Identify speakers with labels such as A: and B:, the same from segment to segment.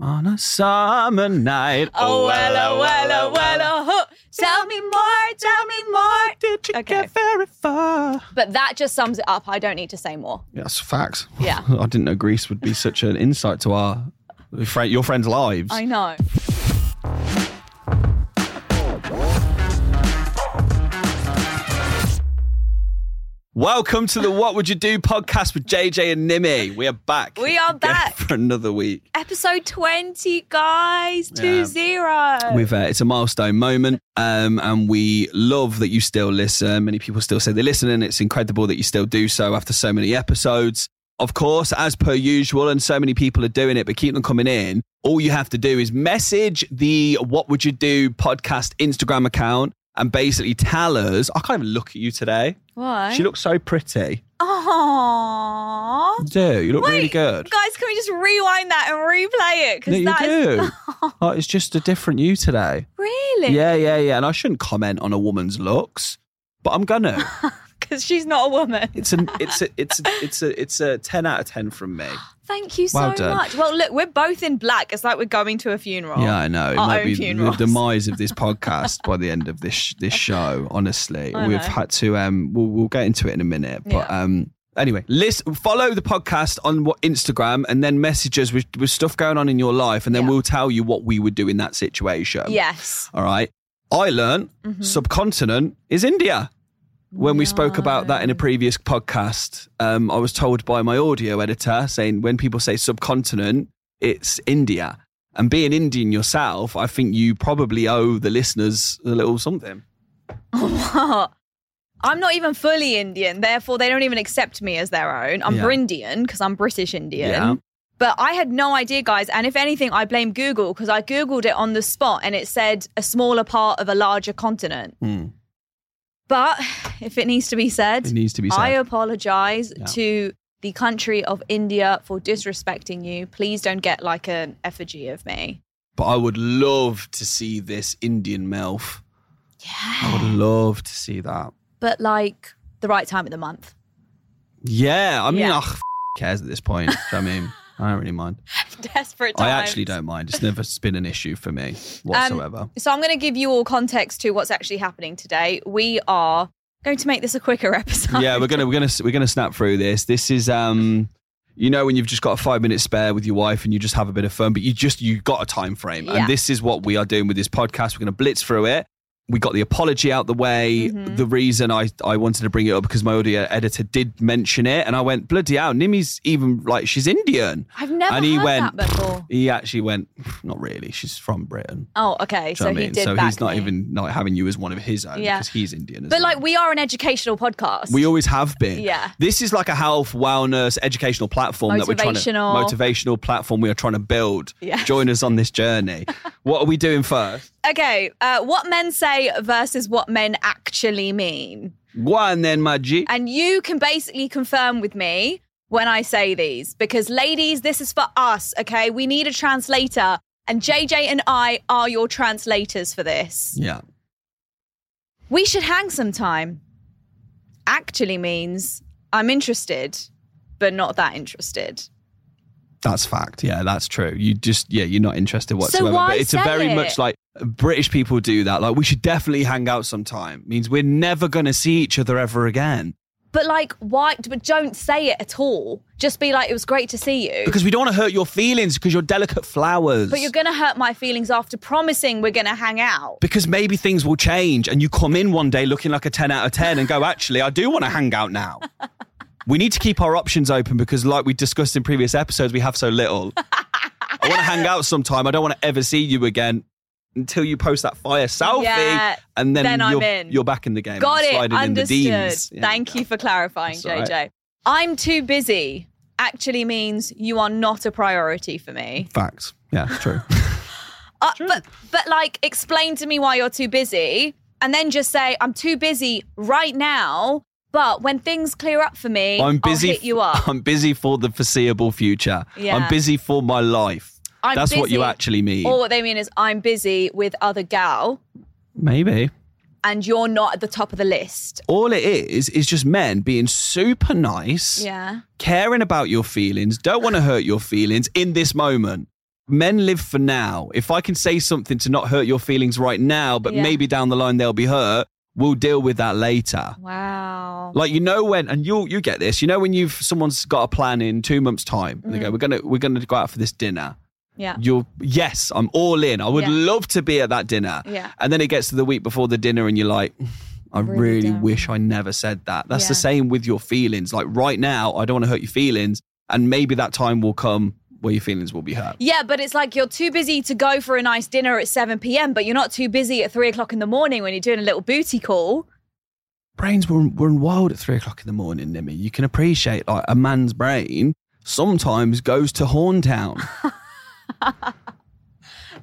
A: On a summer night.
B: Oh, well, oh, well, oh, well, oh, huh. Tell me more, tell me more.
A: Did you
B: Okay.
A: get very far?
B: But that just sums it up. I don't need to say more.
A: That's facts.
B: Yeah.
A: I didn't know Greece would be such an insight to our fri- your friends' lives.
B: I know.
A: Welcome to the What Would You Do podcast with JJ and Nimmy. We are back.
B: We are
A: again
B: back.
A: for another week.
B: Episode 20, guys. Two zero.
A: We've uh, it's a milestone moment, um, and we love that you still listen. Many people still say they listen, and it's incredible that you still do so after so many episodes. Of course, as per usual, and so many people are doing it, but keep them coming in. All you have to do is message the What Would You Do podcast Instagram account and basically tell us. I can't even look at you today.
B: Why?
A: She looks so pretty.
B: Aww.
A: You do. You look really good.
B: Guys, can we just rewind that and replay it?
A: No,
B: Because
A: you
B: that is
A: do. Oh, it's just a different you today.
B: really
A: Yeah, yeah, yeah. And I shouldn't comment on a woman's looks, but I'm gonna.
B: because she's not a woman.
A: It's an it's a it's a, it's a it's a ten out of ten from me.
B: Thank you so
A: Well done.
B: much. Well, look, we're both in black. It's like we're going to a funeral.
A: Yeah, I know. It
B: Oh, Our
A: might
B: own
A: be
B: funerals.
A: the demise of this podcast by the end of this sh- this show. Honestly,
B: I
A: we've
B: know.
A: had to. Um, we'll, we'll get into it in a minute, but
B: Yeah.
A: um. Anyway, list, follow the podcast on what Instagram and then message us with, with stuff going on in your life, and then
B: Yeah.
A: we'll tell you what we would do in that situation.
B: Yes.
A: All right. I learned
B: Mm-hmm.
A: subcontinent is India. When we spoke about that in a previous podcast, um, I was told by my audio editor saying when people say subcontinent, it's India. And being Indian yourself, I think you probably owe the listeners a little something.
B: I'm not even fully Indian, therefore they don't even accept me as their own. I'm
A: Yeah.
B: Brindian because I'm British Indian.
A: Yeah.
B: But I had no idea, guys. And if anything, I blame Google because I Googled it on the spot and it said a smaller part of a larger continent.
A: Hmm.
B: But if it needs to be said,
A: It needs to be said.
B: I apologize
A: Yeah.
B: to the country of India for disrespecting you. Please don't get like an effigy of me.
A: but I would love to see this Indian MILF. Yeah. I would love to see that.
B: But like the right time of the month.
A: Yeah. I mean,
B: Yeah.
A: ugh, f- cares at this point. Do you know what I mean, I don't really mind.
B: Desperate time.
A: I actually don't mind. It's never been an issue for me
B: Um,
A: whatsoever.
B: So I'm going to give you all context to what's actually happening today. We are going to make this a quicker episode.
A: yeah, we're gonna we're gonna we're gonna snap through this. This is um, you know, when you've just got a five minute spare with your wife and you just have a bit of fun, but you just you got a time frame,
B: Yeah.
A: and this is what we are doing with this podcast. We're gonna blitz through it. We got the apology out the way.
B: Mm-hmm.
A: The reason I, I wanted to bring it up because my audio editor did mention it, and I went bloody hell. Nimi's even like she's Indian,
B: I've never
A: and he
B: heard
A: went.
B: that before.
A: He actually went, not really. She's from Britain.
B: Oh, okay.
A: Do you know what
B: So
A: I
B: he
A: mean?
B: did
A: so
B: back
A: he's not
B: me.
A: even not having you as one of his own
B: Yeah.
A: because he's Indian. As
B: But
A: well.
B: like we are an educational podcast.
A: We always have been.
B: Yeah.
A: This is like a health, wellness, educational platform that we're trying to
B: Motivational.
A: motivational platform we are trying to build.
B: Yes.
A: Join us on this journey. what are we doing first?
B: okay. Uh, what men say versus what men actually mean.
A: One then, Maji.
B: And you can basically confirm with me when I say these because, ladies, this is for us, okay? We need a translator. And JJ and I are your translators for this.
A: Yeah.
B: We should hang sometime. Actually means I'm interested, but not that interested.
A: That's fact. Yeah, that's true. You just yeah, you're not interested whatsoever.
B: why
A: but it's a
B: say
A: very
B: it?
A: much like British people do that. Like we should definitely hang out sometime. Means we're never gonna see each other ever again.
B: But like, why? But don't say it at all. Just be like, it was great to see you.
A: Because we don't want to hurt your feelings because you're delicate flowers.
B: but you're going to hurt my feelings after promising we're going to hang out.
A: because maybe things will change and you come in one day looking like a 10 out of 10 and go actually i do want to hang out now we need to keep our options open because like we discussed in previous episodes we have so little i want to hang out sometime i don't want to ever see you again until you post that fire selfie
B: Yeah,
A: and then,
B: then I'm
A: you're,
B: in.
A: you're back in the game
B: Got
A: I'm
B: it.
A: sliding in the
B: Understood.
A: D's. Yeah,
B: Thank you for clarifying,
A: That's all
B: JJ. I'm too busy actually means you are not a priority for me.
A: facts yeah true
B: Uh, but but like explain to me why you're too busy and then just say I'm too busy right now, but when things clear up for me,
A: i'm busy
B: I'll hit you up.
A: i'm busy for the foreseeable future
B: Yeah.
A: i'm busy for my life
B: I'm
A: that's what you
B: busy.
A: actually mean
B: Or what they mean is I'm busy with other gal
A: maybe
B: and you're not at the top of the list.
A: all it is is just men being super nice,
B: Yeah.
A: caring about your feelings, don't want to hurt your feelings in this moment. men live for now. If I can say something to not hurt your feelings right now, but
B: Yeah.
A: maybe down the line they'll be hurt, we'll deal with that later.
B: Wow.
A: Like you know when, and you you get this. You know when you've someone's got a plan in two months' time, and they
B: Mm.
A: go, "We're gonna we're gonna go out for this dinner."
B: yeah.
A: You're yes, I'm all in. I would
B: Yeah.
A: love to be at that dinner.
B: Yeah.
A: And then it gets to the week before the dinner, and you're like, "Hmm, I
B: Really
A: really,
B: don't.
A: wish I never said that. That's the
B: Yeah.
A: same with your feelings. Like right now, I don't want to hurt your feelings, and maybe that time will come where your feelings will be hurt.
B: Yeah, but it's like you're too busy to go for a nice dinner at 7 p.m., but you're not too busy at 3 o'clock in the morning when you're doing a little booty call.
A: brains were, were wild at three o'clock in the morning, Nimmy. You can appreciate like a man's brain sometimes goes to Horntown.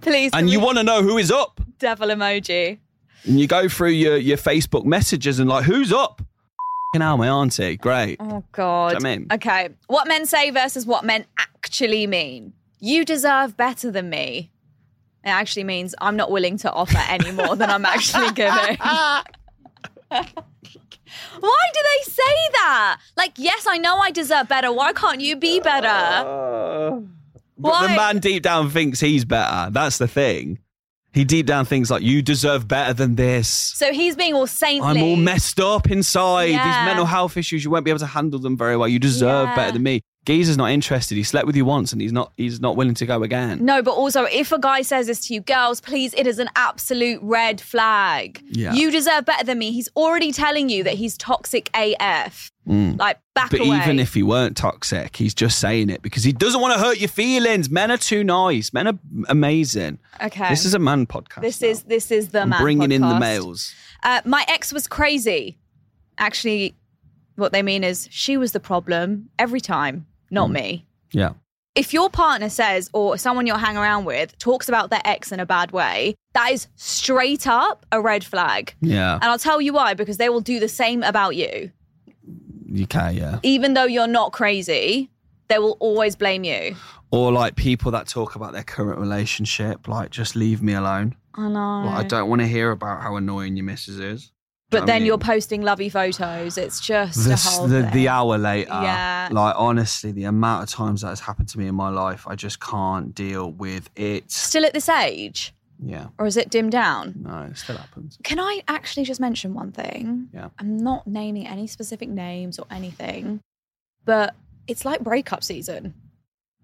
B: Please.
A: and you want to know who is up.
B: Devil emoji.
A: And you go through your, your Facebook messages and like, who's up? F***ing hell, my auntie. Great.
B: Oh, God.
A: Do you know what I mean?
B: Okay. What men say versus what men actually mean. You deserve better than me. It actually means I'm not willing to offer any more than I'm actually giving. Why do they say that? Like, yes, I know I deserve better. Why can't you be better?
A: Uh, But the
B: Why?
A: man deep down thinks he's better. That's the thing. He deep down thinks like, you deserve better than this.
B: So he's being all saintly.
A: I'm all messed up inside.
B: Yeah.
A: These mental health issues, you won't be able to handle them very well. You deserve
B: Yeah.
A: better than me. Geezer's not interested. He slept with you once and he's not he's not willing to go again.
B: No, but also if a guy says this to you, girls, please, it is an absolute red flag.
A: Yeah.
B: You deserve better than me. He's already telling you that he's toxic AF. Like
A: Mm.
B: back
A: But
B: away.
A: even if he weren't toxic, he's just saying it because he doesn't want to hurt your feelings. Men are too nice. Men are amazing.
B: Okay.
A: This is a man podcast.
B: this
A: now.
B: is this is the
A: I'm
B: man
A: bringing in the
B: podcast.
A: males.
B: Uh, my ex was crazy. Actually, what they mean is she was the problem every time,
A: Mm.
B: not me.
A: Yeah.
B: If your partner says or someone you're hanging around with talks about their ex in a bad way, that is straight up a red flag.
A: Yeah.
B: And I'll tell you why, because they will do the same about you.
A: You can, yeah.
B: Even though you're not crazy, they will always blame you.
A: Or like people that talk about their current relationship, like just leave me alone.
B: I know.
A: Like, I don't want to hear about how annoying your missus is.
B: but
A: I
B: then
A: mean-
B: you're posting lovey photos. It's just
A: The,
B: a
A: s-
B: whole
A: the,
B: thing.
A: the hour later,
B: Yeah.
A: like honestly, the amount of times that has happened to me in my life, I just can't deal with it.
B: Still at this age,
A: Yeah,
B: or is it dimmed down?
A: no, it still happens.
B: Can I actually just mention one thing?
A: Yeah.
B: I'm not naming any specific names or anything, but it's like breakup season.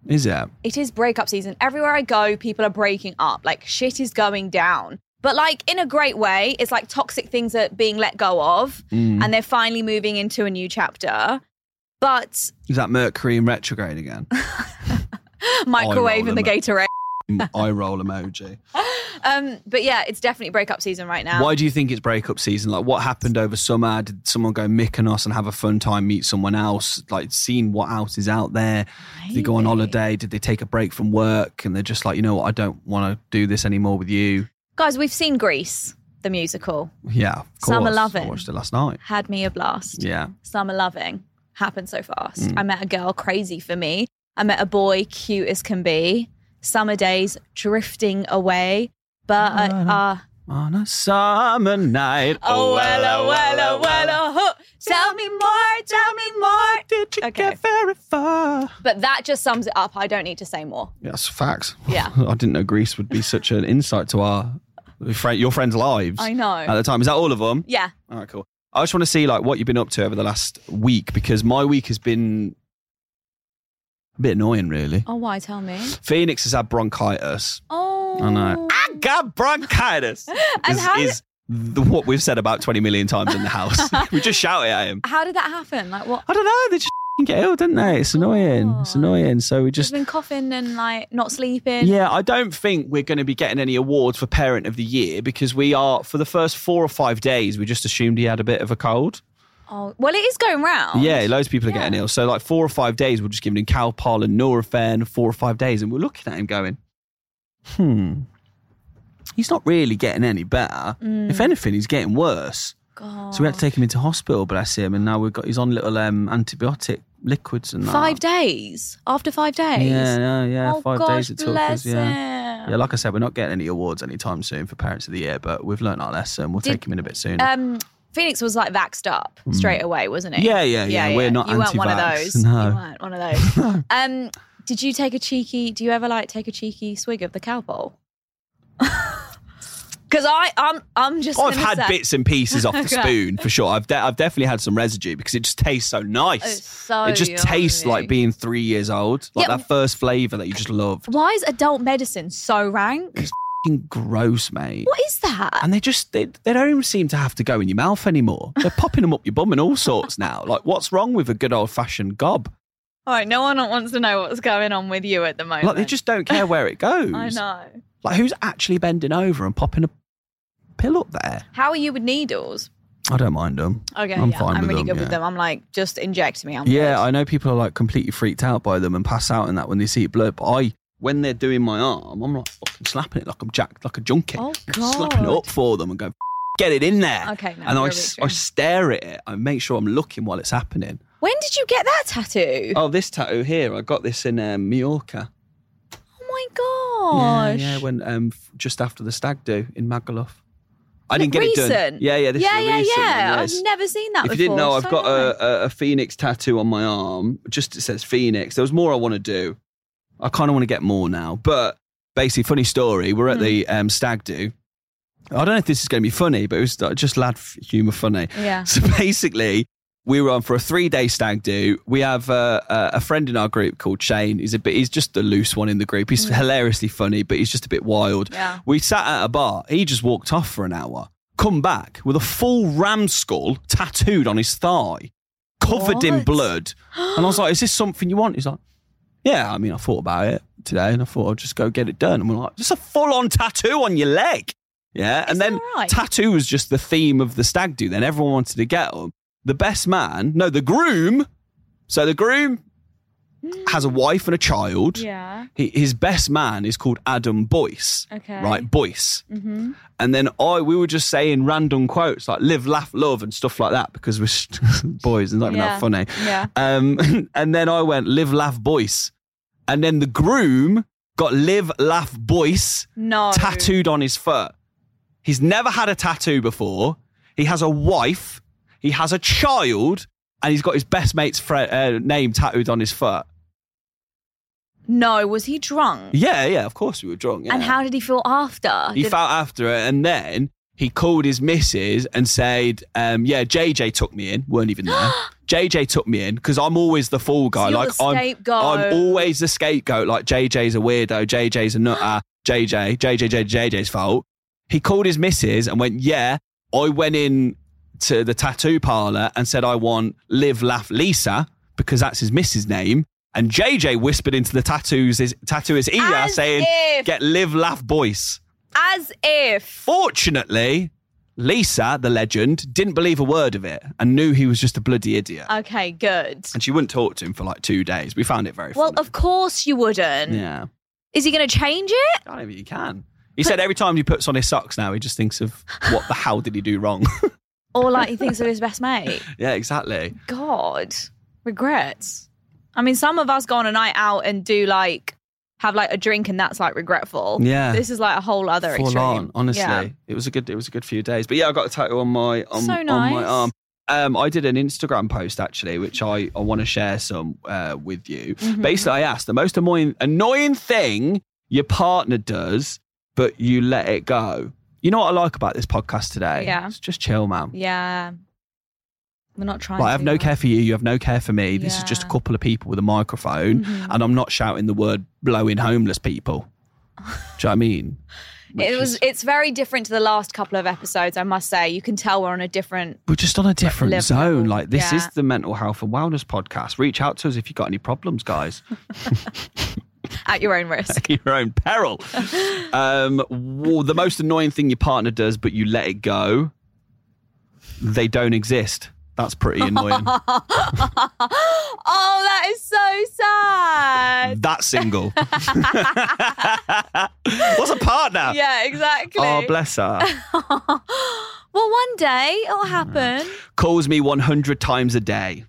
A: Is it?
B: it is breakup season. Everywhere I go, people are breaking up. Like shit is going down. But like in a great way, it's like toxic things are being let go of
A: Mm.
B: and they're finally moving into a new chapter. But
A: Is that Mercury in retrograde again?
B: microwave and the
A: them up.
B: Gatorade.
A: Eye roll emoji.
B: Um, but yeah, it's definitely breakup season right now.
A: Why do you think it's breakup season? Like, what happened over summer? Did someone go Mykonos and have a fun time, meet someone else? Like, seeing what else is out there? Did they go on
B: Maybe.
A: holiday? Did they take a break from work? And they're just like, you know what? I don't want to do this anymore with you.
B: Guys, we've seen Greece, the musical.
A: Yeah, of course.
B: Summer loving.
A: I watched it last night.
B: Had me a blast.
A: Yeah. Mm.
B: Summer loving happened so fast. I met a girl crazy for me. I met a boy cute as can be. Summer days drifting away, but I, uh,
A: On a summer night.
B: oh well, oh well, oh well,
A: oh.
B: oh. huh. Tell me more, tell me more.
A: Did you
B: Okay.
A: get very far?
B: But that just sums it up. I don't need to say more.
A: Yeah, That's facts.
B: Yeah.
A: I didn't know Greece would be such an insight to our friend, your friends' lives.
B: I know.
A: At the time, is that all of them?
B: Yeah,
A: All right, cool. I just want to see like what you've been up to over the last week because my week has been a bit annoying, really.
B: Oh, why? Tell me.
A: Phoenix has had bronchitis.
B: Oh.
A: I know. I got bronchitis.
B: And
A: is
B: how did-
A: is the, what we've said about twenty million times in the house. we just shout it at him.
B: How did that happen? Like, what?
A: I don't know. They just get ill, didn't they?
B: Oh.
A: It's annoying. It's
B: God.
A: annoying. So we
B: Just
A: just
B: been coughing and like not sleeping.
A: Yeah, I don't think we're going to be getting any awards for Parent of the Year because we are, for the first four or five days, we just assumed he had a bit of a cold.
B: Oh, well, it is going round.
A: Yeah, loads of people are
B: Yeah.
A: getting ill. So, like, four or five days, we're just giving him Calpol and Nurofen, four or five days, and we're looking at him going, hmm, he's not really getting any better. If
B: Mm.
A: anything, he's getting worse.
B: God.
A: So, we had to take him into hospital, bless him, and now we've got, he's on little um, antibiotic liquids and that.
B: Five days after five days.
A: Yeah, yeah, yeah.
B: Oh
A: Five
B: gosh,
A: days it took us,
B: bless
A: yeah.
B: him.
A: Yeah, like I said, we're not getting any awards anytime soon for Parents of the Year, but we've learnt our lesson. We'll
B: Did-
A: take him in a bit soon.
B: Um, Phoenix was like vaxxed up straight away, wasn't he?
A: Yeah, yeah, yeah. We're not
B: You weren't one of
A: anti-vax.
B: those.
A: No.
B: You weren't one of those. um, Did you take a cheeky? Do you ever like take a cheeky swig of the cowpole? Because I, I'm, I'm just.
A: I've
B: gonna
A: had
B: say,
A: bits and pieces off the
B: Okay.
A: spoon for sure. I've de- I've definitely had some residue because it just tastes so
B: oh, It's
A: nice.
B: so
A: it just tastes
B: yummy.
A: like being three years old, like
B: Yeah.
A: that first flavour that you just love.
B: Why is adult medicine so rank?
A: F***ing gross, mate.
B: What is that?
A: And they just they, they don't even seem to have to go in your mouth anymore. They're popping them up your bum and all sorts now. Like, what's wrong with a good old fashioned gob?
B: All right, no one wants to know what's going on with you at the moment.
A: Like, they just don't care where it goes.
B: I know.
A: Like, who's actually bending over and popping a pill up there?
B: How are you with needles?
A: I don't mind them.
B: Okay,
A: I'm
B: yeah,
A: fine
B: I'm
A: with
B: really
A: them,
B: good
A: yeah.
B: with them. I'm like, just inject me. I'm
A: Yeah,
B: good.
A: I know people are like completely freaked out by them and pass out in that when they see it blurb. I, when they're doing my arm, I'm like fucking slapping it like I'm jacked, like a junkie.
B: Oh,
A: I'm slapping it
B: God.
A: up for them and go, get it in there.
B: Okay, no,
A: and I,
B: you're
A: s-
B: reaching.
A: I stare at it. I make sure I'm looking while it's happening.
B: When did you get that tattoo? Oh,
A: Oh, this tattoo here, I got this in um, Mallorca.
B: Oh my gosh.
A: Yeah, yeah, when um, f- just after the stag do in Magaluf. I didn't get it
B: Look,
A: done.
B: recent.
A: Yeah, yeah, this
B: yeah,
A: is a
B: yeah,
A: recent one,
B: yeah.
A: it's-
B: I've never seen that
A: if
B: before.
A: you didn't know, I've
B: So
A: got
B: nice.
A: a, a, a phoenix tattoo on my arm. Just it says phoenix. There was more I want to do. I kind of want to get more now. But basically, funny story. We're at the
B: Hmm.
A: um, stag do. I don't know if this is going to be funny, but it was uh, just lad f- humor funny.
B: Yeah.
A: So basically, we were on for a three day stag do. We have uh, a, a friend in our group called Shane. He's a bit. He's just the loose one in the group. He's hilariously funny, but he's just a bit wild.
B: Mm. Yeah.
A: We sat at a bar. He just walked off for an hour. Come back with a full ram skull tattooed on his thigh, covered in
B: What?
A: blood. And I was like, "Is this something you want?" He's like, "Yeah." I mean, I thought about it today, and I thought I'll just go get it done. And we're like, "Just a full on tattoo on your leg." Yeah,
B: Is
A: and then
B: that right?
A: tattoo was just the theme of the stag do. Then everyone wanted to get them. The best man, no, the groom. So the groom has a wife and a child.
B: Hmm. Yeah.
A: He, his best man is called Adam Boyce.
B: Okay.
A: Right, Boyce.
B: Mm-hmm.
A: And then I, we were just saying random quotes like "live, laugh, love" and stuff like that because we're st- boys and not even
B: Yeah.
A: that funny.
B: Yeah.
A: Um, and then I went "live, laugh, Boyce," and then the groom got "live, laugh, Boyce"
B: No.
A: tattooed on his foot. He's never had a tattoo before. He has a wife. He has a child, and he's got his best mate's fre- uh, name tattooed on his foot.
B: No. Was he drunk?
A: Yeah, yeah. Of course, we were drunk.
B: And
A: yeah.
B: how did he feel after?
A: He
B: Did-
A: felt after it, and then he called his missus and said, um, "Yeah, JJ took me in. weren't even there. JJ took me in because I'm always the fool guy.
B: you're
A: like
B: the
A: I'm,
B: scapegoat.
A: I'm always the scapegoat. Like JJ's a weirdo. JJ's a nutter. JJ, JJ, JJ, JJ's fault. He called his missus and went, "Yeah, I went in to the tattoo parlor and said I want Live Laugh Lisa because that's his missus name." And JJ whispered into the tattoos his tattooer's ear,
B: As
A: saying,
B: if.
A: "Get Live Laugh Boyce."
B: As if.
A: Fortunately, Lisa, the legend, didn't believe a word of it and knew he was just a bloody idiot.
B: Okay. Good.
A: And she wouldn't talk to him for like two days. We found it very
B: Well,
A: funny.
B: of course you wouldn't.
A: yeah.
B: Is he going to change it?
A: I don't think you can. He said every time he puts on his socks now, he just thinks of what the hell did he do wrong?
B: Or like he thinks of his best mate?
A: yeah, exactly.
B: God, regrets. I mean, some of us go on a night out and do like have like a drink, and that's like regretful.
A: Yeah.
B: this is like a whole other
A: Full
B: extreme.
A: on, honestly.
B: Yeah.
A: It was a good it was a good few days. But yeah, I got a tattoo on my on,
B: So
A: on my
B: nice.
A: arm. Um, I did an Instagram post actually, which I, I want to share some uh, with you.
B: Mm-hmm.
A: Basically, I asked the most annoying annoying thing your partner does, but you let it go. You know what I like about this podcast today?
B: Yeah.
A: it's just chill, man.
B: Yeah, we're not trying.
A: Like,
B: to
A: I have no care for you. You have no care for me. This is just a
B: Yeah. Mm-hmm.
A: couple of people with a microphone, and I'm not shouting the word blowing homeless people. Do you know what I mean? Which
B: It was.
A: is-
B: It's very different to the last couple of episodes, I must say. You can tell we're on a different.
A: we're just on a different
B: level.
A: zone. Like this is
B: Yeah.
A: the mental health and wellness podcast. Reach out to us if you've got any problems, guys.
B: At your own risk.
A: At Your own peril. Um, w- the most annoying thing your partner does, but you let it go. They don't exist. That's pretty annoying.
B: oh, that is so sad.
A: That's single. What's a partner?
B: Yeah, exactly.
A: Mm. Oh, bless her.
B: well, one day
A: Mm.
B: it'll happen.
A: Calls me 100 times a day.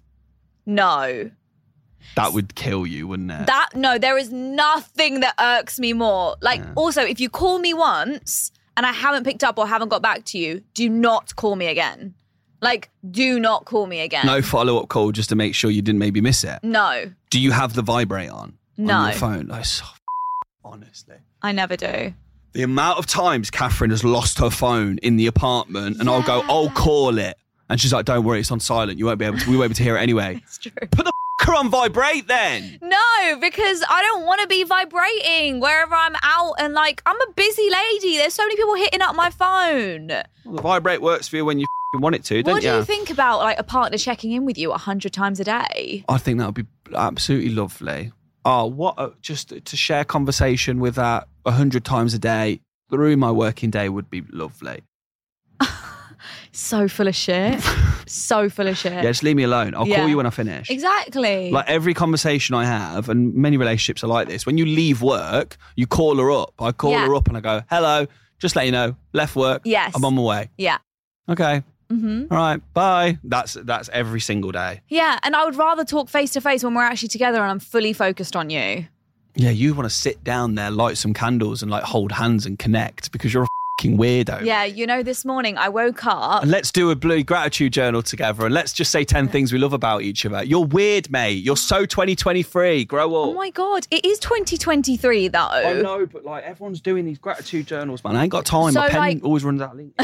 B: No.
A: That would kill you, wouldn't it?
B: That no, there is nothing that irks me more. Like also, if you call me once and I haven't picked up or haven't got back to you, do not call me again. Like, do not call me again.
A: no follow up call just to make sure you didn't maybe miss it.
B: No.
A: Do you have the vibrate on? on
B: No,
A: your phone. Like, so, f- honestly.
B: I never do.
A: The amount of times Catherine has lost her phone in the apartment, and I'll go, I'll call it. And she's like, don't worry, it's on silent. You won't be able to, we won't be able to hear it anyway.
B: It's true.
A: Put the f***er on vibrate then.
B: No, because I don't want to be vibrating wherever I'm out and like I'm a busy lady. There's so many people hitting up my phone.
A: Well, the vibrate works for you when you f***ing want it to, don't
B: what do
A: ya?
B: you think about like a partner checking in with you a hundred times a day?
A: I think that would be absolutely lovely. Oh, what a, just to share conversation with that a hundred times a day through my working day would be lovely.
B: So full of shit. so full of shit.
A: Yeah, just leave me alone. I'll
B: Yeah.
A: call you when I finish.
B: Exactly.
A: Like every conversation I have, and many relationships are like this. When you leave work, you call her up. I call
B: Yeah.
A: her up and I go, "Hello, just let you know, left work.
B: Yes.
A: I'm on my way.
B: yeah.
A: Okay,
B: hmm
A: all right, bye." That's that's every single day.
B: Yeah, and I would rather talk face to face when we're actually together and I'm fully focused on you.
A: Yeah, you want to sit down there, light some candles, and like hold hands and connect because you're a fucking weirdo.
B: Yeah, you know, this morning I woke up.
A: And let's do a blue gratitude journal together and let's just say 10 things we love about each other. You're weird, mate. You're so 2023. Grow
B: Oh
A: up.
B: my god, it is 2023 though.
A: know, but like everyone's doing these gratitude journals, man. I ain't got time.
B: So,
A: My pen
B: like-
A: always runs out of ink.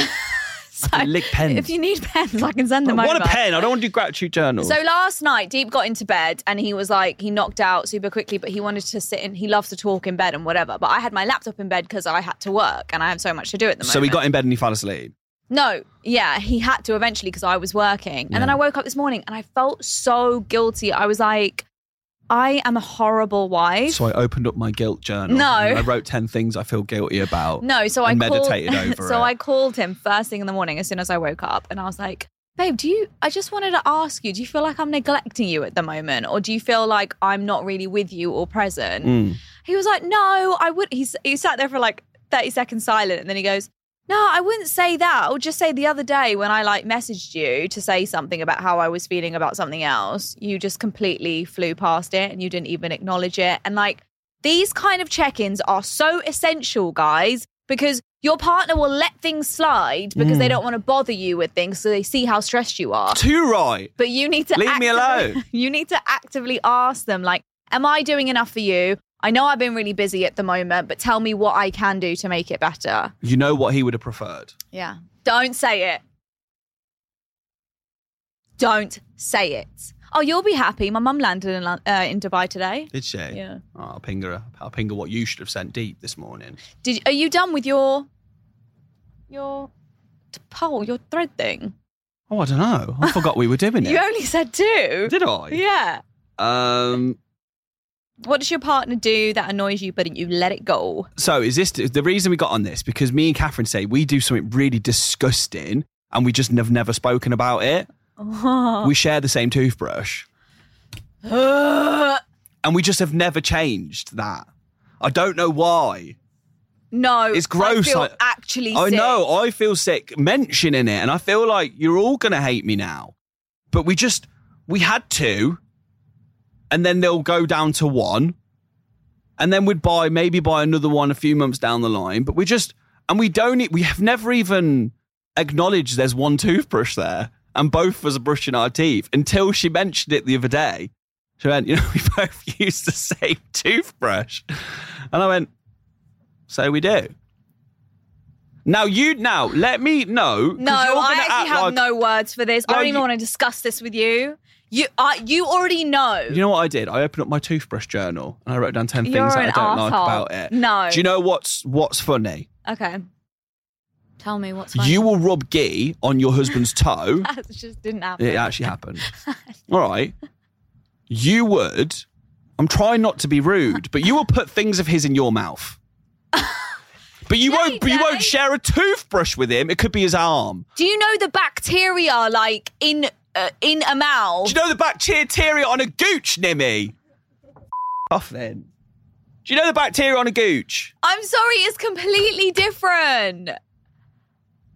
B: So,
A: I can lick pens.
B: If you need pens, I can send them
A: I
B: over.
A: want a pen. I don't want to do gratitude journals.
B: So last night, Deep got into bed and he was like, he knocked out super quickly, but he wanted to sit in. He loves to talk in bed and whatever. But I had my laptop in bed because I had to work and I have so much to do at the moment.
A: So we got in bed and he fell asleep.
B: No, yeah, he had to eventually because I was working. And then I woke up this morning and I felt so guilty. I was like, I am a horrible wife.
A: So I opened up my guilt journal.
B: No.
A: and I wrote 10 things I feel guilty about.
B: no, so I
A: and
B: called,
A: meditated over
B: So
A: it.
B: I called him first thing in the morning as soon as I woke up and I was like, Babe, do you I just wanted to ask you, do you feel like I'm neglecting you at the moment? Or do you feel like I'm not really with you or present?
A: Mm.
B: He was like, no, I would. He, s- he sat there for like 30 seconds silent. And then he goes, no, I wouldn't say that. I'll just say the other day when I like messaged you to say something about how I was feeling about something else, you just completely flew past it and you didn't even acknowledge it. And like these kind of check ins are so essential, guys, because your partner will let things slide because they don't want to bother you with things. So they see how stressed you are.
A: Too right.
B: But you need to
A: Leave me
B: actively-
A: alone.
B: You need to actively ask them, like, "Am I doing enough for you? I know I've been really busy at the moment, but tell me what I can do to make it better."
A: You know what he would have preferred?
B: Yeah. Don't say it. Don't say it. Oh, you'll be happy. My mum landed in, Lon- uh, in Dubai today.
A: Did she?
B: Yeah.
A: Oh, I'll ping her. I'll ping her what you should have sent deep this morning.
B: Did are you done with your your t- poll, your thread thing?
A: Oh, I don't know. I forgot we were doing it.
B: You only said two.
A: Did I?
B: Yeah.
A: Um.
B: What does your partner do that annoys you, but you let it go?
A: So is this the reason we got on this? Because me and Catherine say we do something really disgusting, and we just have never spoken about it.
B: Oh.
A: We share the same toothbrush, and we just have never changed that. I don't know why.
B: No,
A: It's gross,
B: I feel
A: like-
B: actually,
A: I
B: sick.
A: know. I feel sick mentioning it, and I feel like you're all gonna hate me now. But we just we had two, and then they'll go down to one, and then we'd buy maybe buy another one a few months down the line. But we just and we don't. e- We have never even acknowledged there's one toothbrush there, and both of us are brushing our teeth until she mentioned it the other day. She went, you know, we both use the same toothbrush, and I went, so we do. Now you now let me know. 'cause
B: No,
A: you're gonna
B: I
A: act
B: actually have
A: like-
B: no words for this. I
A: No,
B: don't even
A: you-
B: want to discuss this with you. You, I, you already know.
A: You know what I did? I opened up my toothbrush journal and I wrote down ten
B: You're
A: things that I
B: an
A: don't like
B: arsehole.
A: about it.
B: No.
A: Do you know what's what's funny?
B: okay, tell me what's funny.
A: You will rub ghee on your husband's toe.
B: That just didn't happen.
A: it actually happened. All right. You would. I'm trying not to be rude, but you will put things of his in your mouth. But you
B: No,
A: won't. But you
B: Dave.
A: won't share a toothbrush with him. It could be his arm.
B: Do you know the bacteria like in uh, in a mouth?
A: Do you know the bacteria on a gooch, Nimmy? F- Off then. Do you know the bacteria on a gooch?
B: I'm sorry, it's completely different.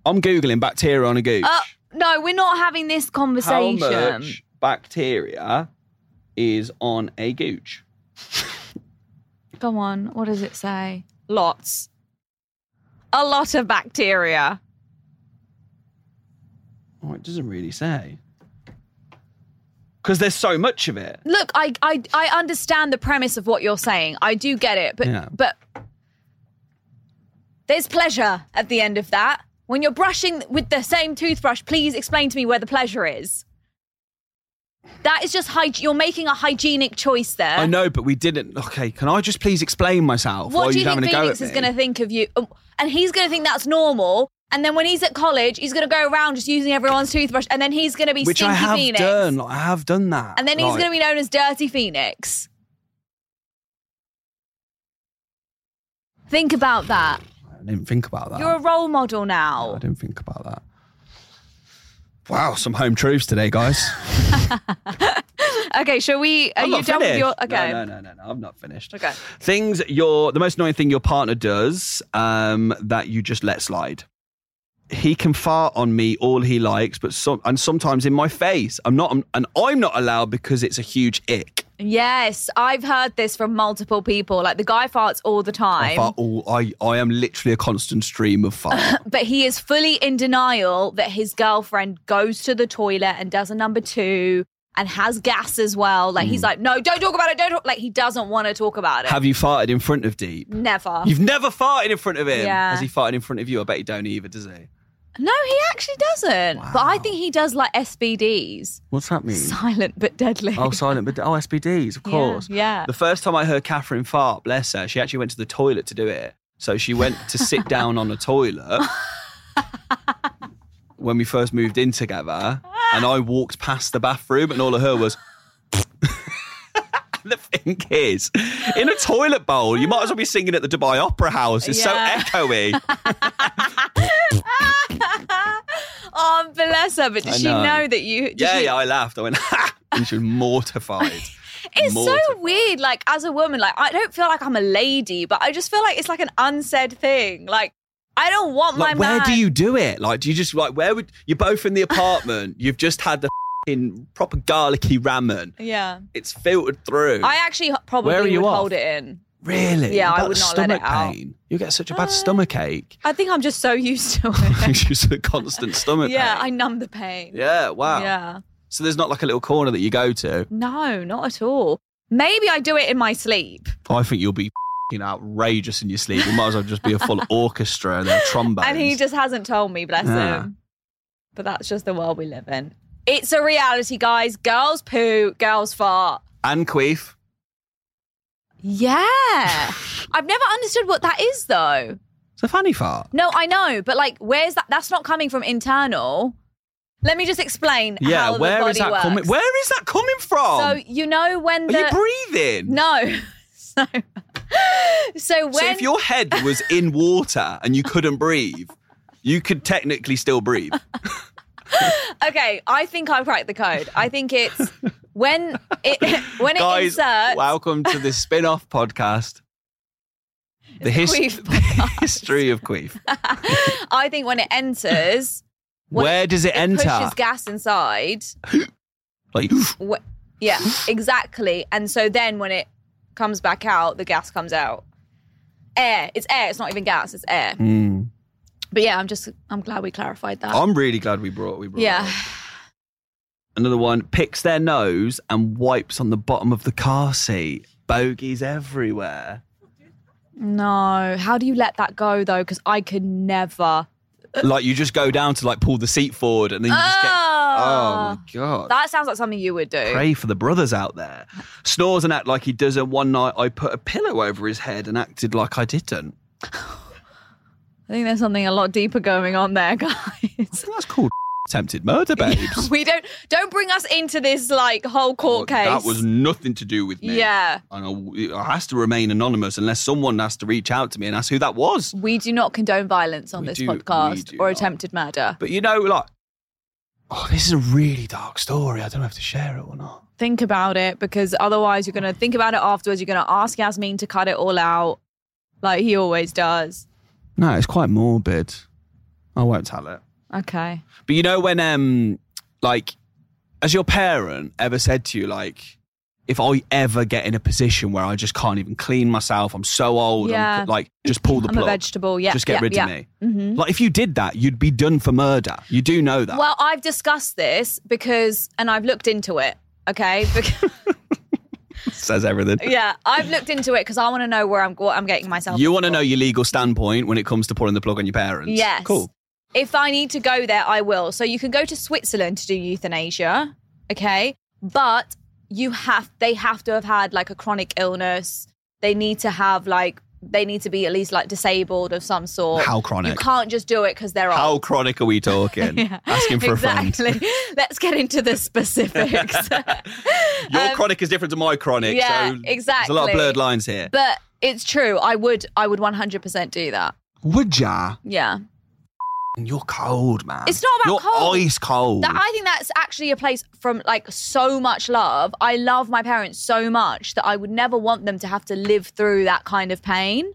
A: I'm googling bacteria on a gooch.
B: Uh, no, we're not having this
A: How
B: conversation.
A: much bacteria is on a gooch?
B: Come on, what does it say? Lots. A lot of bacteria.
A: Oh, it doesn't really say. because there's so much of it.
B: Look, I, I I understand the premise of what you're saying. I do get it, but
A: Yeah.
B: but there's pleasure at the end of that. When you're brushing with the same toothbrush, please explain to me where the pleasure is. That is just hyg- you're making a hygienic choice there.
A: I know, but we didn't. Okay, can I just please explain myself? while
B: What do you
A: you're
B: think
A: having a go
B: Felix
A: at
B: is
A: me?
B: going to think of you? Oh, And he's going to think that's normal. And then when he's at college, he's going to go around just using everyone's toothbrush. And then he's going to be
A: Which
B: stinky
A: I have
B: Phoenix.
A: done. like, I have done that.
B: And then he's
A: like-
B: going to be known as Dirty Phoenix. Think about that.
A: I didn't think about that.
B: You're a role model
A: I
B: now.
A: didn't think about that. Wow, some home truths today, guys.
B: Okay, shall we? Are
A: I'm
B: you
A: not
B: done with
A: finished.
B: your? Okay.
A: No, no, no, no, no. I'm not finished.
B: Okay.
A: Things your the most annoying thing your partner does um, that you just let slide. He can fart on me all he likes, but some and sometimes in my face. I'm not, and I'm not allowed because it's a huge ick.
B: Yes, I've heard this from multiple people. Like the guy farts all the
A: I
B: time,
A: fart all. I I am literally a constant stream of fart.
B: but he is fully in denial that his girlfriend goes to the toilet and does a number two and has gas as well. Like he's like, no, don't talk about it. Don't talk. like he doesn't want to talk about it.
A: Hmm. Have you farted in front of Deep?
B: Never.
A: You've never farted in front of him.
B: Yeah.
A: Has he farted in front of you? I bet he don't either, does he?
B: No, he actually doesn't. But I think he does like SBDs,
A: What's that mean?
B: silent but deadly.
A: Oh, silent, but oh, SBDs, of
B: Yeah,
A: course.
B: yeah.
A: The first time I heard Catherine fart, bless her, she actually went to the toilet to do it. So she went to sit down on a toilet when we first moved in together, and I walked past the bathroom, and all of her was. the thing is, in a toilet bowl, you might as well be singing at the Dubai Opera House. It's
B: Yeah.
A: so echoey.
B: oh, bless her. But
A: I
B: does she
A: know.
B: know that you? did
A: yeah,
B: she-
A: yeah, I laughed. I went, and she was mortified.
B: It's so
A: mortified.
B: weird. Like as a woman, like I don't feel like I'm a lady, but I just feel like it's like an unsaid thing. Like I don't want
A: Like,
B: my
A: where
B: man.
A: do you do it? Like, do you just like where would you're both in the apartment? you've just had the fing proper garlicky ramen.
B: Yeah,
A: It's filtered through.
B: I actually probably
A: Where are you
B: would
A: off?
B: hold it in.
A: really?
B: Yeah, I
A: About
B: would
A: the
B: not let it
A: stomach
B: out.
A: pain. You get such a
B: Uh,
A: bad stomach ache.
B: I think I'm just so used to it.
A: It's just a constant stomach
B: yeah, I
A: pain.
B: numb the pain.
A: yeah, wow.
B: Yeah.
A: So there's not like a little corner that you go to.
B: No, not at all. Maybe I do it in my sleep.
A: I think you'll be fing outrageous in your sleep. You might as well just be a full orchestra and a trombone.
B: And he just hasn't told me, bless
A: Yeah.
B: him. But that's just the world we live in. It's a reality, guys. Girls poo, girls fart.
A: and queef.
B: Yeah. I've never understood what that is, though.
A: It's a fanny fart.
B: No, I know, but like, where's that? That's not coming from internal. Let me just explain
A: Yeah,
B: how the
A: where
B: body
A: is that
B: works.
A: coming? Where is that coming from?
B: so you know when
A: Are
B: the
A: you breathing?
B: no, so so when
A: So if your head was in water and you couldn't breathe, you could technically still breathe.
B: Okay, I think I cracked the code. I think it's when it when it
A: Guys,
B: inserts
A: welcome to this spin-off podcast. The, his-
B: Queef
A: the history of queef.
B: I think when it enters, What-
A: Where does it, enter?
B: pushes gas inside.
A: like,
B: Wh- yeah, exactly. And so then when it comes back out, the gas comes out. Air. It's air. It's not even gas. It's air.
A: mm.
B: But yeah, I'm just I'm glad we clarified that.
A: I'm really glad we brought we brought.
B: yeah.
A: that up. Another one picks their nose and wipes on the bottom of the car seat. Bogies everywhere.
B: No. How do you let that go though? Because I could never. Uh.
A: like you just go down to like pull the seat forward and then you just get. Oh my
B: Oh,
A: god.
B: that sounds like something you would do.
A: pray for the brothers out there. Snores and act like he doesn't. One night I put a pillow over his head and acted like I didn't.
B: I think there's something a lot deeper going on there, guys.
A: That's called attempted murder, babes.
B: we don't don't bring us into this like whole court case.
A: Oh, That was nothing to do with me.
B: yeah.
A: And I, I has to remain anonymous unless someone has to reach out to me and ask who that was.
B: We do not condone violence on
A: We
B: this
A: do- we
B: podcast
A: do
B: or
A: not.
B: attempted murder.
A: But you know, like, oh, this is a really dark story. I don't know if to share it or not.
B: Think about it because otherwise you're going to think about it afterwards. You're going to ask Yasmin to cut it all out like he always does.
A: No, it's quite morbid. I won't tell it.
B: Okay.
A: But you know when um like has your parent ever said to you like if I ever get in a position where I just can't even clean myself, I'm so old, I'm-
B: Yeah.
A: like just pull the
B: I'm a
A: plug.
B: vegetable. Yeah.
A: just get
B: yeah,
A: rid
B: yeah. Mm-hmm.
A: of me. Like if you did that, you'd be done for murder. You do know that.
B: Well, I've discussed this because, and I've looked into it Okay. Because,
A: Says everything.
B: yeah, I've looked into it because I want to know where I'm what I'm getting myself.
A: You want to
B: for.
A: know your legal standpoint when it comes to pulling the plug on your parents.
B: Yes.
A: Cool.
B: If I need to go there, I will. So you can go to Switzerland to do euthanasia, okay? But you have they have to have had like a chronic illness. They need to have like they need to be at least like disabled of some sort.
A: How
B: You
A: chronic?
B: can't just do it because they're
A: How
B: old.
A: chronic are we talking?
B: Yeah.
A: Asking for a friend.
B: exactly. Let's get into the specifics.
A: Your
B: Um,
A: chronic is different to my chronic.
B: yeah,
A: so There's a lot
B: exactly.
A: of blurred lines here.
B: but it's true. I would I would 100% do that.
A: Would ya?
B: Yeah.
A: And You're cold, man.
B: It's not about
A: You're
B: cold.
A: ice cold.
B: That I think that's actually a place from like so much love. I love my parents so much that I would never want them to have to live through that kind of pain.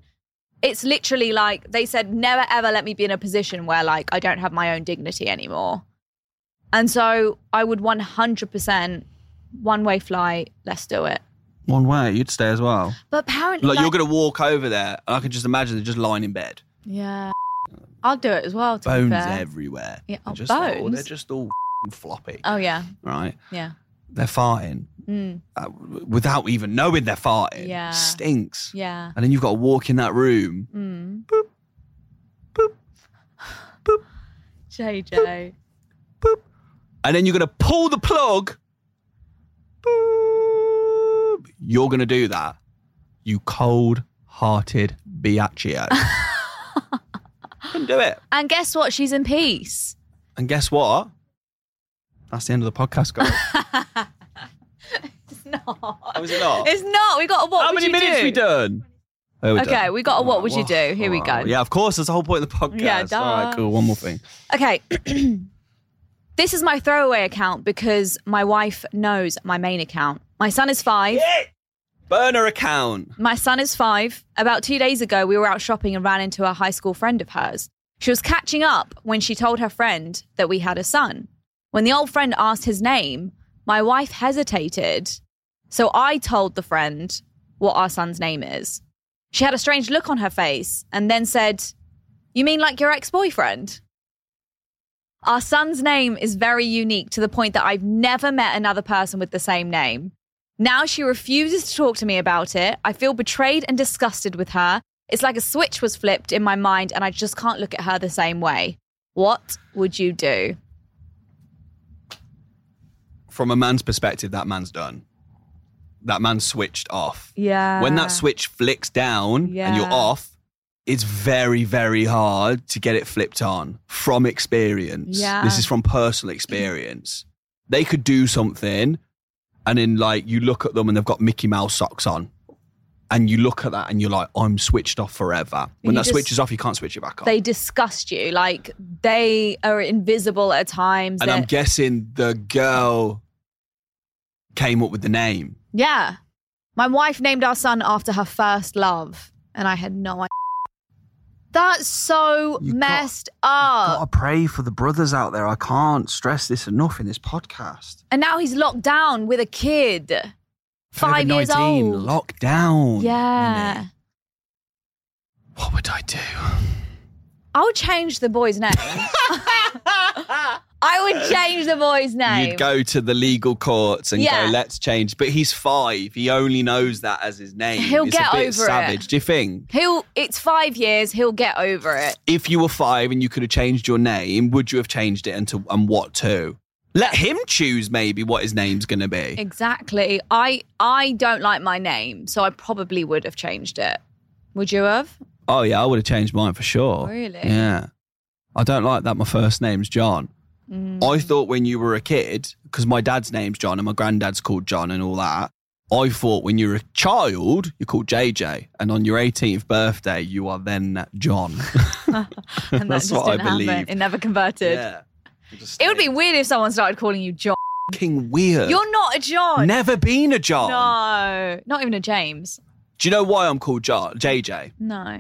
B: It's literally like they said, never ever let me be in a position where like I don't have my own dignity anymore. And so I would 100% one way flight, let's do it.
A: One way, you'd stay as well.
B: But apparently,
A: Like,
B: like,
A: you're gonna walk over there, and I can just imagine they're just lying in bed,
B: yeah, I'll do it as well. To
A: bones
B: be fair.
A: everywhere.
B: Yeah, oh,
A: They're just All,
B: bones?
A: they're just all f***ing floppy,
B: Oh, yeah,
A: right?
B: yeah.
A: They're farting
B: Mm,
A: uh, w- without even knowing they're farting.
B: Yeah.
A: stinks.
B: yeah.
A: And then you've got to walk in that room.
B: Mm.
A: Boop, boop, boop,
B: JJ.
A: and then you're going to pull the plug. Boop. You're going to do that. You cold hearted biatchio. and do it.
B: And guess what? She's in peace.
A: And guess what? That's the end of the podcast, guys.
B: It's not.
A: Oh, is it not?
B: It's not. We got a what
A: How
B: would
A: many
B: you
A: minutes
B: do?
A: we done? Oh, we're
B: Okay, we got a what would you do. Here we go.
A: Yeah, of course. That's the whole point of the podcast.
B: Yeah,
A: All
B: duh.
A: right, cool. One more thing.
B: Okay. this is my throwaway account because my wife knows my main account. My son is five.
A: Burner account.
B: My son is five. About two days ago, we were out shopping and ran into a high school friend of hers. She was catching up when she told her friend that we had a son. When the old friend asked his name, my wife hesitated. So I told the friend what our son's name is. She had a strange look on her face and then said, You mean like your ex boyfriend? Our son's name is very unique to the point that I've never met another person with the same name. Now she refuses to talk to me about it. I feel betrayed and disgusted with her. It's like a switch was flipped in my mind and I just can't look at her the same way. What would you do?
A: From a man's perspective, that man's done. That man switched off.
B: Yeah.
A: when that switch flicks down and you're
B: Yeah.
A: off, it's very, very hard to get it flipped on from experience.
B: Yeah.
A: This is from personal experience. They could do something, and then, like, you look at them and they've got Mickey Mouse socks on. And you look at that and you're like, I'm switched off forever. When
B: you
A: that
B: just-
A: switch is off, you can't switch it back on.
B: They disgust you. Like they are invisible at times.
A: and I'm
B: They're-
A: guessing the girl came up with the name.
B: yeah. My wife named our son after her first love and I had no idea. That's so
A: You got-
B: messed up.
A: pray for the brothers out there. I can't stress this enough in this podcast.
B: And now he's locked down with a kid. Five years
A: COVID-19
B: old.
A: Lockdown.
B: yeah.
A: innit? What would I do?
B: I'll change the boy's name. I would change the boy's name.
A: You'd go to the legal courts and
B: Yeah.
A: go, let's change. But he's five. He only knows that as his name.
B: He'll
A: it's
B: get
A: a bit
B: over it.
A: savage. Do you think?
B: he'll it's five years, he'll get over it.
A: If you were five and you could have changed your name, would you have changed it and, to, and what to? Let him choose maybe what his name's going to be.
B: Exactly. I I don't like my name, so I probably would have changed it. Would you have?
A: Oh, yeah, I would have changed mine for sure.
B: Really?
A: Yeah. I don't like that my first name's John.
B: Mm.
A: I thought when you were a kid, because my dad's name's John and my granddad's called John and all that. I thought when you're a child, you're called JJ, and on your 18th birthday, you are then John.
B: And
A: That's what I believed.
B: It never converted.
A: Just
B: It would be weird if someone started calling you John.
A: fucking weird.
B: You're not a John.
A: Never been a John.
B: No. Not even a James.
A: Do you know why I'm called John? JJ?
B: No.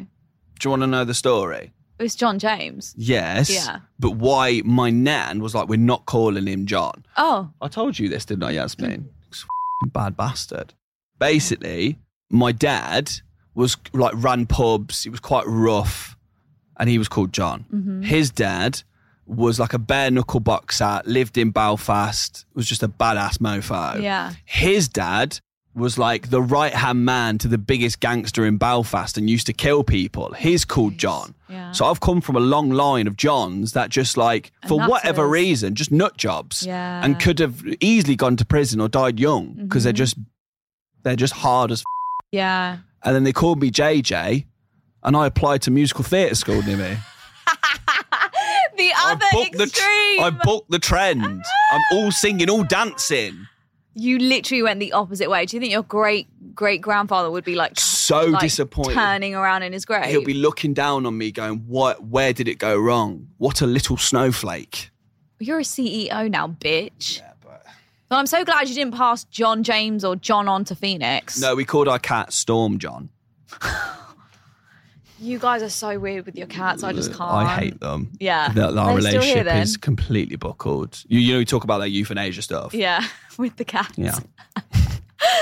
A: Do you want to know the story?
B: It's John James.
A: Yes.
B: Yeah.
A: But why my nan was like, we're not calling him John.
B: Oh.
A: I told you this, didn't I, Yasmin? It's a f***ing bad bastard. Basically, my dad was like
B: Mm-hmm.
A: ran pubs. He was quite rough, and he was called John. His dad was like a bare knuckle boxer, lived in Belfast, was just a badass mofo.
B: Yeah.
A: His dad was like the right hand man to the biggest gangster in Belfast and used to kill people. He's called John.
B: Yeah.
A: So I've come from a long line of Johns that just like, for
B: nutters.
A: whatever reason, just nut jobs
B: Yeah. Mm-hmm.
A: and could have easily gone to prison or died young because they're just, they're just hard as. F-
B: yeah.
A: and then they called me JJ and I applied to musical theatre school near me.
B: the
A: I
B: other
A: booked the tr-
B: extreme.
A: I booked the trend. I'm all singing, all dancing.
B: you literally went the opposite way. Do you think your great great grandfather would be like
A: So
B: like,
A: disappointed.
B: turning around in his grave?
A: He'll be looking down on me, going, "What? Where did it go wrong? What a little snowflake!"
B: You're a CEO now, bitch. Yeah, but. Well, I'm so glad you didn't pass John James or John on to Phoenix.
A: No, we called our cat Storm John.
B: You guys are so weird with your cats. I just can't.
A: I hate them.
B: Yeah.
A: that our
B: They're still here
A: relationship
B: then.
A: is completely buckled. You, you know, we talk about that euthanasia stuff.
B: Yeah, with the cats.
A: Yeah.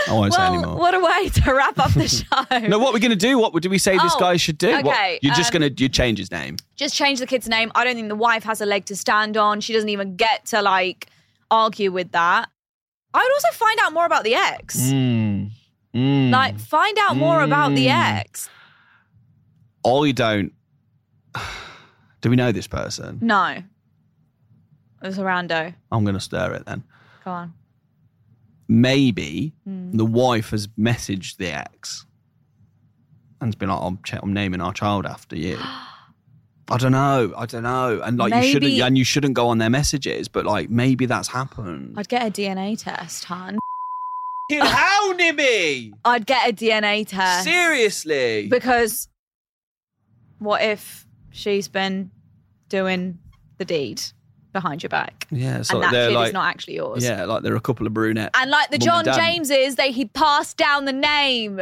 A: I won't say
B: Well,
A: anymore.
B: what a way to wrap up the show.
A: no, what we're gonna do? What do we say this
B: Oh,
A: guy should do? What-
B: okay,
A: you're just
B: um,
A: gonna you change his name.
B: Just change the kid's name. I don't think the wife has a leg to stand on. She doesn't even get to like argue with that. I would also find out more about the ex.
A: Mm. Mm.
B: Like, find out more about the
A: Mm.
B: ex.
A: I don't. Do we know this person?
B: No. It's a rando.
A: I'm going to stir it then.
B: Go on. Mm.
A: Maybe the wife has messaged the ex and has been like, I'm, ch- I'm naming our child after you. I don't know. I don't know. And like you shouldn't,
B: Maybe-
A: and you shouldn't go on their messages. But like maybe that's happened.
B: I'd get a DNA test, hon.
A: He'll hounding me.
B: I'd get a DNA test.
A: Seriously.
B: Because what if she's been doing the deed behind your back?
A: yeah. So
B: and that
A: they're
B: kid
A: like,
B: is not actually yours.
A: yeah, like they're a couple of brunettes.
B: And like the
A: Mum
B: John
A: and Dad.
B: Jameses, they he passed down the name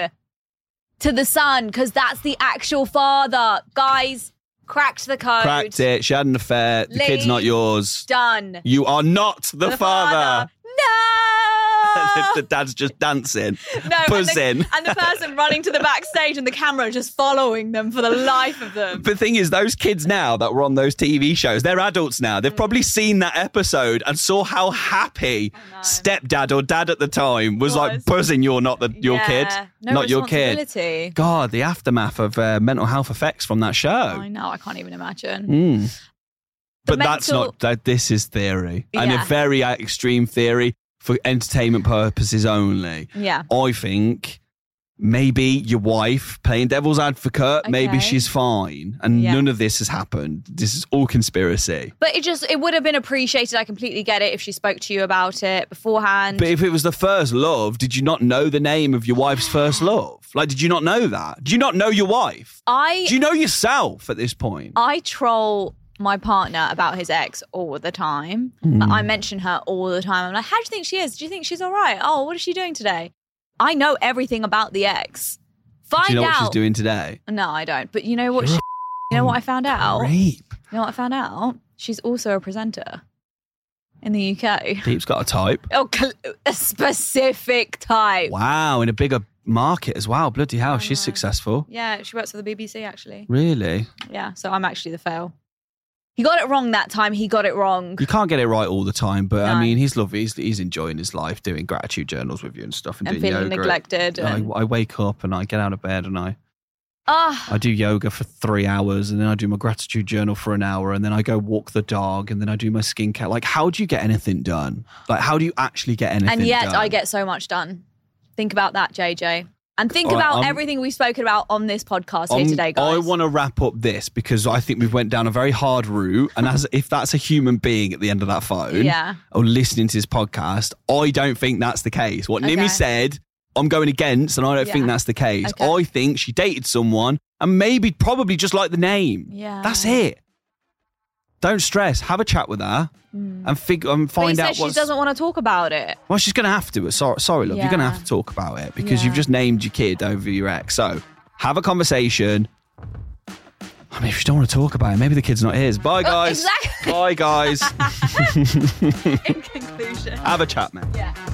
B: to the son because that's the actual father. Guys, cracked the code.
A: Cracked it. She had an affair. The kid's not
B: Leave.
A: yours.
B: Done.
A: You are not the, father.
B: No.
A: the dad's just dancing,
B: No, and the,
A: buzzing.
B: and the person running to the backstage and the camera just following them for the life of them.
A: The thing is, those kids now that were on those TV shows, they're adults now.
B: Mm.
A: They've probably seen that episode and saw how happy
B: know.
A: stepdad or dad at the time was,
B: Was.
A: like buzzing. You're not the your
B: Yeah.
A: kid,
B: No
A: not your kid.
B: responsibility.
A: God, the aftermath of uh, mental health effects from that
B: I
A: show.
B: know, I can't even imagine.
A: Mm.
B: The
A: But that's
B: mental-
A: not. That, this is theory and
B: Yeah.
A: a very uh, extreme theory for entertainment purposes only.
B: Yeah.
A: I think maybe your wife playing devil's advocate, maybe
B: Okay.
A: she's fine and
B: Yeah.
A: none of this has happened. This is all conspiracy.
B: But it just it would have been appreciated. I completely get it if she spoke to you about it beforehand.
A: But if it was the first love, did you not know the name of your wife's first love? Like, did you not know that? Do you not know your wife?
B: I
A: Do you know yourself at this point?
B: I troll my partner about his ex all the time. Like,
A: Hmm.
B: I mention her all the time. I'm like, how do you think she is? Do you think she's all right? Oh, what is she doing today? I know everything about the ex. Find
A: Do you know
B: out.
A: what she's doing today?
B: No, I don't. But you know what? She, you know what I found out?
A: Rape.
B: You know what I found out? She's also a presenter in the UK.
A: Deep's got a type.
B: Oh, cl- a specific type.
A: Wow, in a bigger market as well. Bloody hell, she's
B: Uh-huh.
A: successful.
B: Yeah, she works for the BBC actually.
A: Really?
B: Yeah, so I'm actually the fail. He got it wrong that time. He got it wrong.
A: You can't get it right all the time, but
B: No.
A: I mean, he's lovely. He's, he's enjoying his life, doing gratitude journals with you and stuff, and,
B: And
A: doing
B: feeling
A: yoga.
B: neglected
A: I,
B: and-
A: I wake up and I get out of bed and I
B: Ah,
A: I do yoga for three hours, and then I do my gratitude journal for an hour, and then I go walk the dog, and then I do my skincare. Like, how do you get anything done? Like, how do you actually get Oh, anything?
B: and yet
A: done?
B: I get so much done. Think about that, JJ, and think
A: All right,
B: about
A: I'm-
B: everything we've spoken about on this podcast here
A: Um,
B: today, guys.
A: I want to wrap up this because I think we've went down a very hard route, and as if that's a human being at the end of that phone,
B: Yeah.
A: or listening to this podcast, I don't think that's the case. What
B: Okay.
A: Nimi said, I'm going against, and I don't
B: Yeah.
A: think that's the case.
B: Okay.
A: I think she dated someone and maybe probably just like the name.
B: Yeah.
A: That's it. Don't stress. Have a chat with her and figure and
B: Hmm. But he
A: find
B: said
A: out
B: she
A: what's.
B: doesn't want to talk about it.
A: Well, she's going to have to. Sorry, sorry love. You're going to
B: Yeah.
A: have to talk about it because
B: Yeah.
A: you've just named your kid over your ex. So have a conversation. I mean, if you don't want to talk about it, maybe the kid's not his. Bye, guys.
B: Oh, exactly.
A: Bye, guys.
B: In conclusion,
A: have a chat, man.
B: yeah.